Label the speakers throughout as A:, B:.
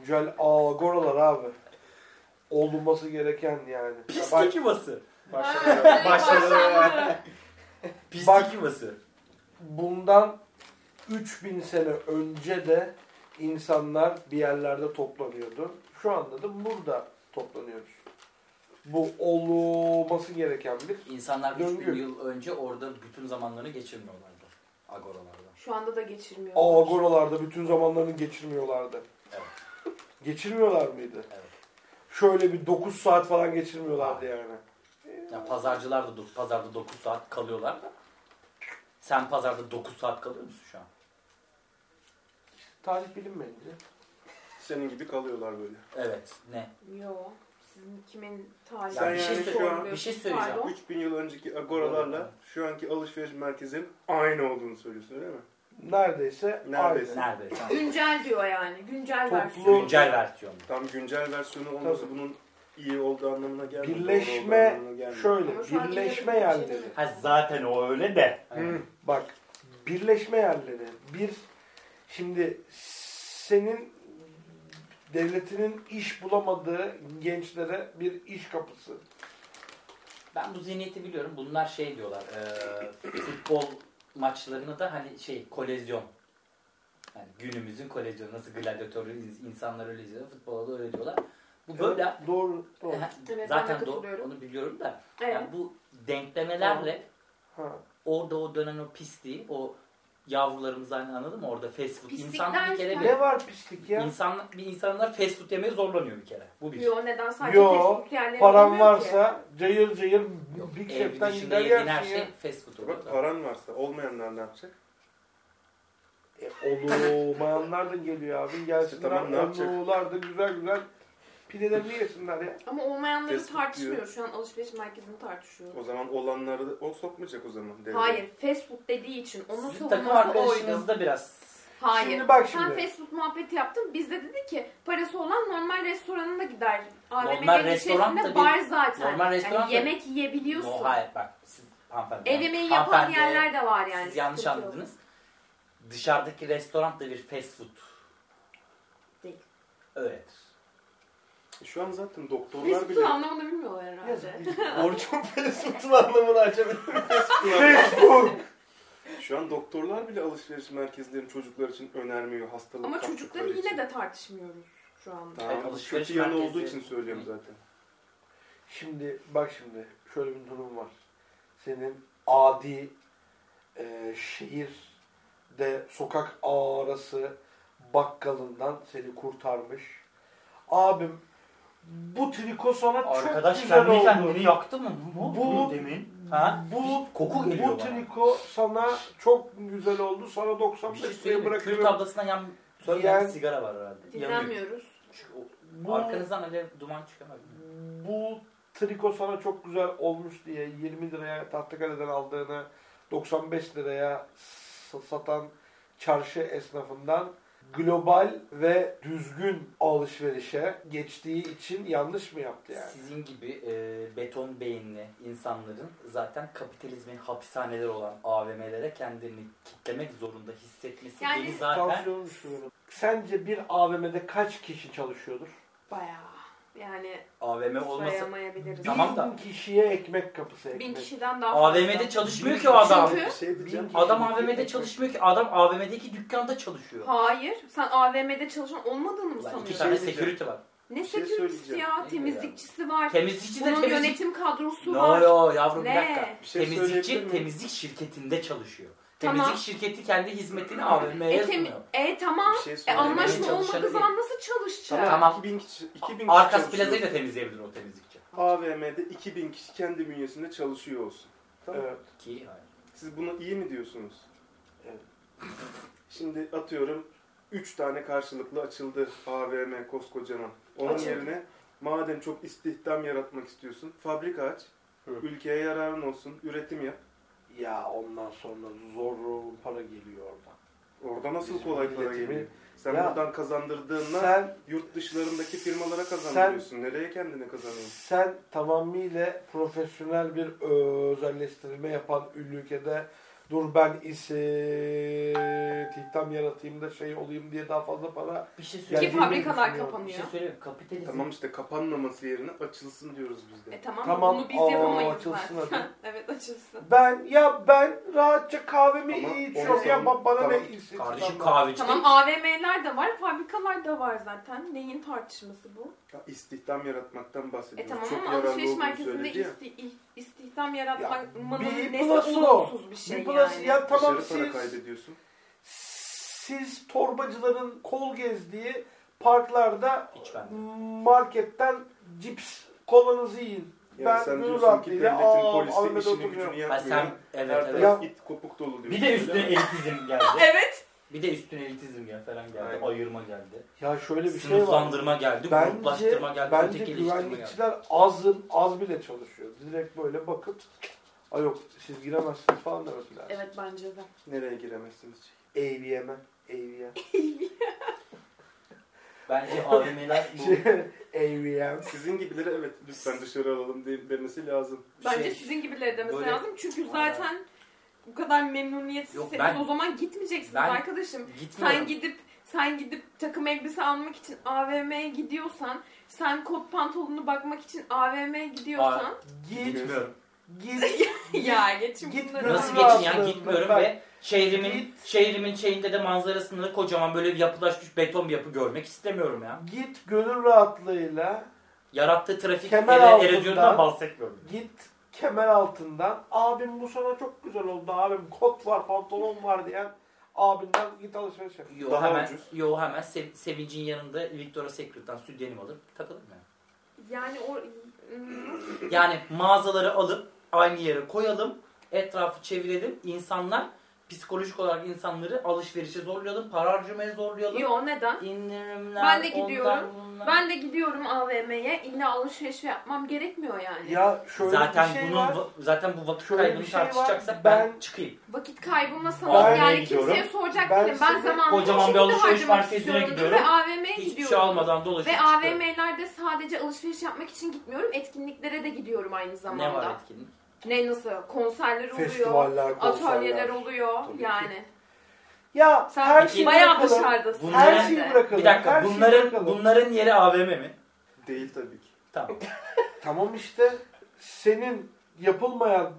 A: Güzel agoralar abi. Olunması gereken yani.
B: Pislik
A: Ya
B: yuvası.
A: başladı.
B: Başladı.
C: Başladı.
B: Pislik
A: Bak-
B: yuvası.
A: Bundan 3000 sene önce de insanlar bir yerlerde toplanıyordu. Şu anda da burada toplanıyoruz. Bu olması gereken bir
D: İnsanlar
A: Döngü.
D: 3000 yıl önce orada bütün zamanlarını geçirmiyorlardı. Agoralarda.
C: Şu anda da geçirmiyor.
A: agoralarda bütün zamanlarını geçirmiyorlardı.
D: Evet.
A: Geçirmiyorlar mıydı?
D: Evet.
A: Şöyle bir 9 saat falan geçirmiyorlardı yani.
D: Ya pazarcılar da do- pazarda 9 saat kalıyorlar da. Sen pazarda 9 saat kalıyor musun şu an?
A: Tarih bilinmeyince.
E: Senin gibi kalıyorlar böyle.
D: Evet. Ne?
C: Yo. Sizin kimin tarihi?
D: Ya
E: Sen
D: bir şey
E: yani şu
D: söyleyeceğim.
E: an-
D: Bir şey söyleyeceğim.
C: Pardon.
E: 3000 yıl önceki agoralarla şu anki alışveriş merkezinin aynı olduğunu söylüyorsun öyle mi?
A: Neredeyse
E: Neredeyse.
A: aynı.
D: Nerede? Tamam.
C: Güncel diyor yani. Güncel
A: Toplu-
C: versiyon.
D: Güncel versiyonu.
E: Tam güncel versiyonu olması
A: Tabii.
E: bunun iyi olduğu anlamına gelmiyor. doğru olduğu
A: Birleşme
E: anlamına gelmiyor.
A: şöyle
C: Ama şu an
A: birleşme
C: yine de
A: yerleri.
C: bir şey
B: Ha zaten o öyle de.
E: Hı.
A: Bak birleşme yerleri. Bir şimdi senin devletinin iş bulamadığı gençlere bir iş kapısı.
D: Ben bu zihniyeti biliyorum. Bunlar şey diyorlar. E, futbol maçlarını da hani şey kolezyon. Yani günümüzün kolezyonu nasıl gladyatörü in- insanlar öyle izliyor. Futbola da öyle diyorlar. Bu böyle
A: Evet, doğru. doğru.
C: ben de
D: zaten doğru,
C: katılıyorum.
D: onu biliyorum da.
C: Evet.
D: Yani bu denklemelerle
A: Ha.
D: orada o dönen o pisliği, o yavrularımız hani anladın mı? Orada fast food.
C: Pislik
D: İnsan bir
C: derken-
D: kere bir,
A: Ne var pislik ya?
D: insan, bir insanlar fast food yemeye zorlanıyor bir kere. Bu bir.
C: Yo neden sadece
A: Yo,
C: Facebook yerleri
A: Paran
C: olmuyor ki?
A: varsa cayır cayır
D: Yok,
A: Big
D: şey. ev
A: Chef'ten gider
D: dışında yediğin her
A: yersin
D: şey
A: ya.
D: fast food
E: Bak
D: orada.
E: paran varsa olmayanlar ne yapacak?
A: E,
D: şey.
A: olmayanlar da geliyor abi. Gelsinler
E: Tamam, ne yapacak?
A: olurlar da güzel güzel pidelerini yesinler ya.
C: Ama olmayanları
E: Facebook
C: tartışmıyor.
E: diyor.
C: Şu an alışveriş merkezini tartışıyor.
E: O zaman olanları da o sokmayacak o zaman. devreye.
C: Hayır. Facebook dediği için onun
D: Sizin takım
C: savunması oydu.
D: arkadaşınız da biraz
C: Hayır.
A: Şimdi bak
C: Sen
A: şimdi.
C: Facebook muhabbeti yaptın. Biz de dedik ki parası olan normal restoranına gider.
D: Normal
C: AVM'lerin
D: restoran da
C: içerisinde
D: bir-
C: bar zaten.
D: normal restoran da-
C: yani yemek yiyebiliyorsun.
D: No, hayır bak siz hanımefendi.
C: Ev yemeği yapan
D: hanımefendi,
C: yerler de var yani.
D: Siz yanlış
C: sıkıntı yok.
D: anladınız. Dışarıdaki restoran da bir fast food.
C: Değil.
D: Evet.
E: E, Şu an zaten doktorlar
C: Facebook'un
E: bile
C: anlamını bilmiyorlar herhalde.
E: Orçun Facebook'un anlamını açabilir.
A: Facebook.
E: Şu an doktorlar bile alışveriş merkezlerini çocuklar için önermiyor hastalık
C: Ama
E: kaptıkları
C: çocukları
E: için.
C: yine de tartışmıyoruz şu anda.
E: Tamam,
D: Evet,
E: bu
D: alışveriş
E: kötü yanı
D: merkezi-
E: olduğu için söylüyorum zaten.
A: Şimdi bak şimdi şöyle bir durum var. Senin adi e, şehirde sokak arası bakkalından seni kurtarmış. Abim bu triko sana
B: Arkadaş
A: çok güzel
B: kendi
A: oldu.
B: kendini yaktı mı? Ne oldu
A: Bu-
B: demin?
D: Ha?
A: Bu
D: Koku
A: bu
D: geliyor bana.
A: triko sana çok güzel oldu. Sana
D: Bir şey
A: 95 liraya
D: söyleyeyim. mi? Kül
A: bırakıyorum.
D: tablasına yan
A: Söyle.
D: yan sigara var herhalde. Yanıyor.
C: Dinlenmiyoruz.
D: Çünkü o-
A: Bu-
D: Arkanızdan öyle duman çıkamaz.
A: bu triko sana çok güzel olmuş diye 20 liraya Tahtakale'den aldığını 95 liraya s- satan çarşı esnafından global ve düzgün alışverişe geçtiği için yanlış mı yaptı yani?
D: Sizin gibi e, beton beyinli insanların zaten kapitalizmin hapishaneleri olan AVM'lere kendini kitlemek zorunda hissetmesi
C: Yani-
D: beni zaten
A: Tansiyonun düşüyor. Sence bir AVM'de kaç kişi çalışıyordur?
C: Bayağı. Yani
D: AVM olması
C: sayamayabiliriz.
D: Tamam da-
A: Bin kişiye ekmek kapısı ekmek.
C: Bin kişiden daha fazla.
D: AVM'de çalışmıyor ki o adam.
C: Çünkü-
E: Bir şey diyeceğim.
D: Adam
A: Bin kişilik
D: AVM'de
A: ekmek.
D: çalışmıyor ki. Adam AVM'deki dükkanda çalışıyor.
C: Hayır. Sen AVM'de çalışan olmadığını mı
D: Ulan
C: sanıyorsun?
D: iki tane
E: Şey
D: security var.
C: Ne
E: Bir şey
C: security'si
E: söyleyeceğim.
C: ya?
D: Ne
C: Temizlikçisi var.
D: Temizlikçi de
C: Bunun
D: temizlik.
C: yönetim kadrosu
D: No
C: var.
D: yo yavrum bir
C: Ne? E,
D: dakika.
E: Bir şey söyleyebilir
D: temizlikçi
E: miyim?
D: temizlik şirketinde çalışıyor.
C: Tamam.
D: Temizlik şirketi kendi hizmetini AVM'ye
C: E, tem-
D: yazmıyor.
C: e tamam.
E: Bir şey
C: E,
E: söyleyeyim.
C: anlaşma
D: Çalışanı
C: olmadığı
D: değil.
C: zaman nasıl çalışacak?
E: Tamam.
D: Tamam.
E: 2000 kişi, 2000 kişi
D: Arkas
E: çalışıyor.
D: plazayı da temizleyebilir o temizlikçi.
E: AVM'de 2000 kişi kendi bünyesinde çalışıyor olsun. Tamam.
A: Evet.
D: Ki hayır.
E: Siz bunu iyi mi diyorsunuz?
A: Evet.
E: Şimdi atıyorum 3 tane karşılıklı açıldı AVM koskocaman. Onun
C: Açıldı.
E: yerine madem çok istihdam yaratmak istiyorsun fabrika aç.
A: Hı.
E: Ülkeye yararın olsun. Üretim yap.
A: Ya ondan sonra zor para geliyor oradan.
E: Orada
A: Bizim
E: nasıl kolay para
A: milletimi-
E: geliyor? Sen
A: Ya,
E: buradan kazandırdığından
A: Sen
E: yurt dışlarındaki firmalara kazandırıyorsun. Nereye kendine kazanıyorsun?
A: Sen e, tamamıyla profesyonel bir özelleştirme yapan ülkede dur ben istihdam yaratayım da şey olayım diye daha fazla para
D: Bir şey
A: Yani
C: Ki
D: söyleyeyim.
A: bilmiyorum
C: fabrikalar
A: düşünüyorum.
D: Bir şey
C: kapanıyor.
D: söyleyeyim. mi? Kapitalizm.
E: Tamam işte kapanmaması yerine açılsın diyoruz biz de.
C: E tamam,
A: Tamam,
C: bunu biz
A: aa,
C: yapamayız
A: açılsın
C: zaten. evet açılsın.
A: ben ya ben rahatça kahvemi
E: Ama
A: iyi
E: onu
A: içiyorum
E: sorun-
A: ya ba- bana
E: tamam,
A: ne istihdam
D: Kardeşim
A: var?
D: kahveci
C: Tamam AVM'ler de var, fabrikalar da var zaten. Neyin tartışması bu?
E: Ya İstihdam yaratmaktan
C: E
E: bahsediyoruz.
C: tamam
E: Çok
C: ama
E: yararlı
C: alışveriş
E: olduğunu
C: merkezinde
E: söyledi ya.
C: isti, ih- istihdam yaratmanın
A: bir
C: nesi
A: plus o.
C: olumsuz bir şey
A: Bir plus-
C: yani.
A: ya tamam siz
E: Dışarı para kaybediyorsun.
A: siz torbacıların kol gezdiği parklarda
D: hiç ben.
A: marketten cips kolanızı yiyin.
E: Yani
A: Ben
E: sen
A: bunu
E: diyorsun ki
A: rahatlayayım.
E: devletin
A: Aa,
E: polisi
A: Almanya'da
E: işini
A: oturuyorum.
E: gücünü
D: Ha,
E: yapmıyor.
D: sen evet
E: Her
D: evet.
E: taraf it kopuk dolu diyorsun.
D: Bir de üstüne
E: öyle mi?
D: elitizm geldi.
C: Evet.
D: Bir de üstüne elitizm ya falan geldi.
E: Aynen.
D: Ayırma geldi.
A: Ya şöyle bir şey var.
D: Sınıflandırma geldi.
A: Bence,
D: Gruplaştırma geldi.
A: bence
D: Ötekileştirme geldi.
A: güvenlikçiler azın az bile çalışıyor. Direkt böyle bakıp ay yok siz giremezsiniz falan demesi lazım.
C: Evet bence de.
E: Nereye giremezsiniz?
A: AVM. AVM.
D: Bence AVM'ler bu
A: AVM.
E: Sizin gibileri evet lütfen dışarı alalım de- demesi lazım.
C: Bence
D: şey-
C: sizin gibileri demesi
D: böyle-
C: lazım. Çünkü
D: Aynen.
C: zaten bu kadar memnuniyetsizseniz
D: Yok, ben-
C: o zaman gitmeyeceksiniz
D: Ben-
C: arkadaşım.
D: gitmiyorum.
C: Sen gidip sen gidip takım elbise almak için AVM'ye gidiyorsan, sen kot pantolonunu bakmak için AVM'ye gidiyorsan
A: Git.
D: Gitmiyorum.
A: Git.
C: ya geçin
A: Git
C: bunları.
D: Nasıl
A: Gitmiyorum
D: geçin yani
A: aslında.
D: gitmiyorum
A: Ben-
D: ve şehrimin
A: Git.
D: şehrimin şeyinde de manzarasında kocaman böyle bir yapılaşmış beton bir yapı görmek istemiyorum ya.
A: Git gönül rahatlığıyla
D: Yarattığı trafik
A: Kemer
D: ele-
A: altında-
D: erozyondan bahsetmiyorum.
A: git kemer altından abim bu sana çok güzel oldu abim kot var pantolon var diyen abinden git alışveriş yap.
D: Yo
E: Daha
D: hemen,
E: ucuz.
D: yo hemen Se- Sevinç'in yanında Victoria's Secret'tan sütyenimi alıp takılırım yani.
C: Yani o ıı, nasıl
D: Yani mağazaları alıp aynı yere koyalım, etrafı çevirelim. İnsanlar psikolojik olarak insanları alışverişe zorlayalım, para harcamaya zorlayalım.
C: Yo neden?
D: İndirimler,
C: Ben de
D: ondan
C: gidiyorum.
D: bunlar.
C: Ben de gidiyorum AVM'ye. İlla alışveriş yapmam gerekmiyor yani.
A: Ya şöyle
D: zaten
A: bir şey
D: bunun
A: var.
D: va- zaten bu vakit
A: Şöyle
D: kaybını
A: bir şey var.
D: tartışacaksak ben,
A: Ben-
D: çıkayım.
C: Vakit kaybıma
A: Ben-
C: sanırım yani
D: gidiyorum.
C: kimseye soracak
A: Ben
C: değilim. Ben
A: size
C: zamanımı
D: kocaman
C: bu
D: bir
C: şekilde
D: alışveriş
C: harcamak
D: merkezine
C: istiyorum
D: gidiyorum.
C: Ve AVM'ye
D: Hiçbir
C: gidiyorum.
D: şey almadan dolaşıp
C: Ve
D: çıkıyorum.
C: AVM'lerde sadece alışveriş yapmak için gitmiyorum. Etkinliklere de gidiyorum aynı
D: ne var
C: zamanda.
D: etkinlik?
C: Ne, nasıl? Konserler oluyor.
A: Festivaller, konserler.
C: Atölyeler oluyor
A: Tabii ki.
C: yani.
A: Ya
C: Sen
A: her şeyi
C: bayağı
A: bırakalım.
C: dışarıdasın.
D: Bunlar-
A: Her
C: sen de.
A: şeyi bırakalım.
D: Bir dakika
A: her şeyi
D: bunların
A: bırakalım.
D: bunların yeri AVM mi?
E: Değil tabii ki.
D: Tamam.
A: Tamam işte senin yapılmayan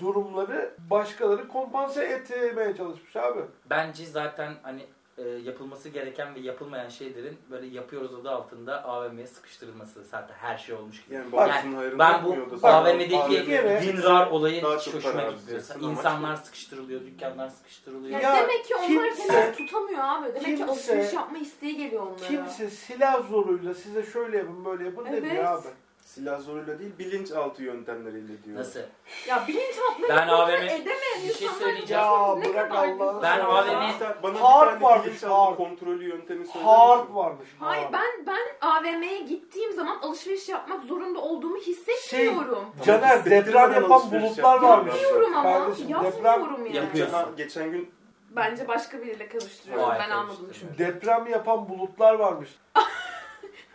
A: durumları başkaları kompanse etmeye çalışmış abi.
D: Bence zaten hani e, yapılması gereken ve yapılmayan şeylerin böyle yapıyoruz adı altında AVM'ye sıkıştırılması zaten her şey olmuş gibi.
E: Yani
A: Bak,
E: babasının hayrını
D: Ben bu
E: yapmıyor da sonra
A: bir
D: AVM'deki
A: kere-
E: şey-
D: dinrar olayı
E: Daha
D: hiç
E: çok
D: hoşuma
E: para
D: gitmiyor.
E: harcayacaksın,
D: İnsanlar
E: amaç
A: şey-
D: sıkıştırılıyor, dükkanlar sıkıştırılıyor.
C: Ya,
A: Ya
C: demek ki onlar
A: kimse-
C: kendini tutamıyor abi. Demek ki
A: kimse-
C: alışveriş yapma isteği geliyor onlara.
A: Kimse silah zoruyla size şöyle yapın böyle yapın demiyor
C: Evet.
A: abi.
E: Silah zoruyla değil bilinçaltı yöntemleriyle diyor.
D: Nasıl?
C: Ya bilinçaltına
D: Ben
C: kontrol
D: AVM
C: edemeyen
D: bir şey
C: insanlar
D: söyleyeceğim.
A: Ya
C: ne
A: bırak
C: kadar
A: Allah'ını
D: Ben
A: seversen.
D: AVM 'yi-
E: Bana, bana
A: Harp
E: bir tane
A: varmış,
E: bilinçaltı
A: harp.
E: kontrolü yöntemi söyler
A: Harp
E: misin?
A: varmış.
C: Hayır
A: harp.
C: ben ben AVM'ye gittiğim zaman alışveriş yapmak zorunda olduğumu hissetmiyorum.
E: Tamam,
A: Caner
E: hissettirmeden
A: deprem yapan
E: alışveriş
A: bulutlar
E: yapıyor.
A: varmış.
C: Yapıyorum ama
A: Şey- Kardeşim,
C: yapmıyorum yani.
D: Yapıyor.
E: Geçen, geçen gün
C: Bence başka biriyle karıştırıyorum.
D: Vay,
C: ben anladım
D: karıştırma.
C: çünkü.
A: Deprem yapan bulutlar varmış.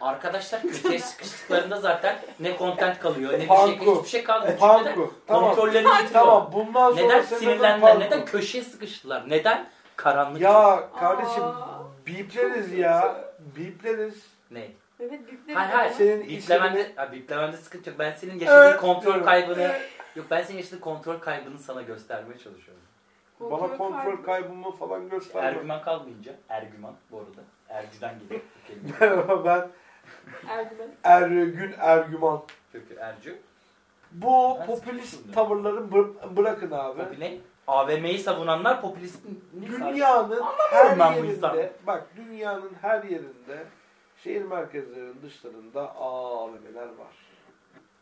D: Arkadaşlar köşeye sıkıştıklarında zaten ne content kalıyor, ne bir şey,
A: Panko.
D: hiçbir şey kalmıyor. Çünkü
A: Panku.
D: neden?
A: E, Tamam.
D: Kontrollerini yitiriyor.
A: Tamam bundan sonra
D: Neden
A: senin adın
D: sinirlendiler,
A: Panku.
D: neden köşeye sıkıştılar, neden karanlık?
A: Ya kardeşim
C: Aa.
A: bipleriz ya. Bipleriz.
D: Ne?
C: Evet büyükler.
D: Hayır hayır.
C: Şey...
A: Senin
D: Biplemende, ha, biplemende sıkıntı yok. Ben senin yaşadığın
A: Evet,
D: kontrol
A: diyorum.
D: kaybını... Yok ben senin yaşadığın kontrol kaybını sana göstermeye çalışıyorum.
A: Bana kontrol kaybımı falan gösterme.
D: Ergüman kalmayınca, Ergüman bu arada. Ercü'den geliyor bu kelime.
A: ben Ergün Ergüman.
D: Çünkü Ercü.
A: Bu
D: Ben sıkıldım.
A: popülist tavırları bı- bırakın abi.
D: Popi ne? AVM'yi savunanlar popülistin ne karşı-
A: Dünyanın her
D: ben bu
A: yerinde,
D: yüzden.
A: bak dünyanın her yerinde şehir merkezlerinin dışlarında AVM'ler var.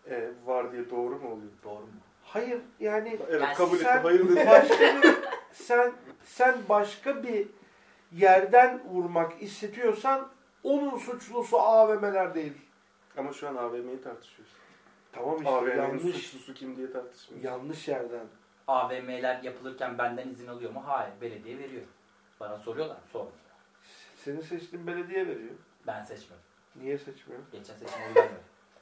E: e, var diye doğru mu oluyor?
D: Doğru mu?
A: Hayır yani
E: Evet
D: Yani
E: kabul etti.
A: sen-
E: Hayır dedi.
A: başka bir, sen sen başka bir yerden vurmak istiyorsan onun suçlusu AVM'ler değil.
E: Ama şu an AVM'yi tartışıyoruz.
A: Tamam işte
E: AVM'nin
A: yanlış
E: suçlusu kim diye tartışmıyoruz.
A: yanlış yerden.
D: AVM'ler yapılırken benden izin alıyor mu? Hayır. Belediye veriyor. Bana soruyorlar. Sor.
A: Seni seçtiğin belediye veriyor.
D: Ben seçmedim.
A: Niye seçmiyor?
D: Geçen seçim oy vermedim.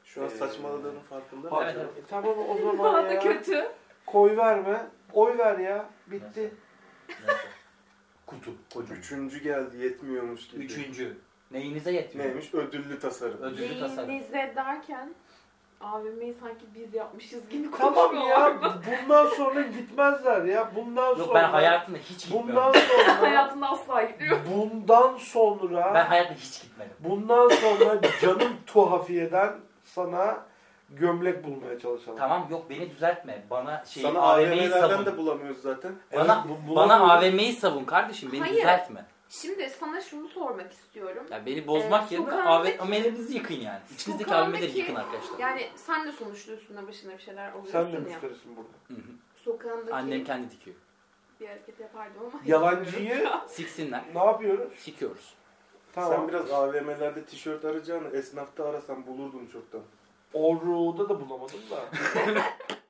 E: Şu an
A: Ee,
E: saçmaladığının farkındayım.
D: Evet, evet.
A: E tamam o zaman
C: Bana da
A: ya.
C: kötü.
A: Koy verme. Oy ver ya. Bitti.
D: Neyse. Kutu. Koca.
E: Üçüncü geldi yetmiyormuş gibi.
D: Üçüncü. Neyinize yetmiyor?
E: Neymiş? Ödüllü tasarım.
D: Ödül- Ödüllü tasarım.
C: Neyinize derken AVM'yi sanki biz yapmışız gibi
A: Tamam ya.
C: konuşuyorlar.
A: Bundan sonra gitmezler ya. Bundan
D: Yok
A: sonra.
D: ben hayatımda hiç gitmiyorum.
A: Bundan sonra.
C: Hayatında asla gitmiyor.
A: bundan sonra.
D: Ben hayatımda hiç gitmedim.
A: Bundan sonra canım tuhafiyeden sana gömlek bulmaya çalışalım.
D: Tamam yok beni düzeltme. Bana şey
E: Sana
D: AVM'yi savun.
E: AVM'lerden de bulamıyoruz zaten.
D: Bana-
A: bu- bu-
D: Bana AVM'yi savun kardeşim beni
C: Hayır.
D: düzeltme.
C: Şimdi sana şunu sormak istiyorum.
D: Ya beni bozmak
C: Ee,
D: yerine
C: sokağındaki-
D: AVM'lerinizi yıkın yani. İçinizdeki
C: Sokağındaki-
D: AVM'leri yıkın arkadaşlar.
C: Yani sen de sonuçta üstüne başına bir şeyler
A: Sen de
C: alıyorsun ya.
A: müşterisin burada.
D: Hı hı.
C: Sokağındaki
D: Annem kendi dikiyor.
C: bir hareket yapardım ama.
A: Yalancıyı
D: Siksinler.
A: ne yapıyoruz?
D: Sikiyoruz.
A: Tamam.
E: Sen biraz AVM'lerde tişört arayacağını esnafta arasan bulurdun çoktan.
A: Orru'da da bulamadım da.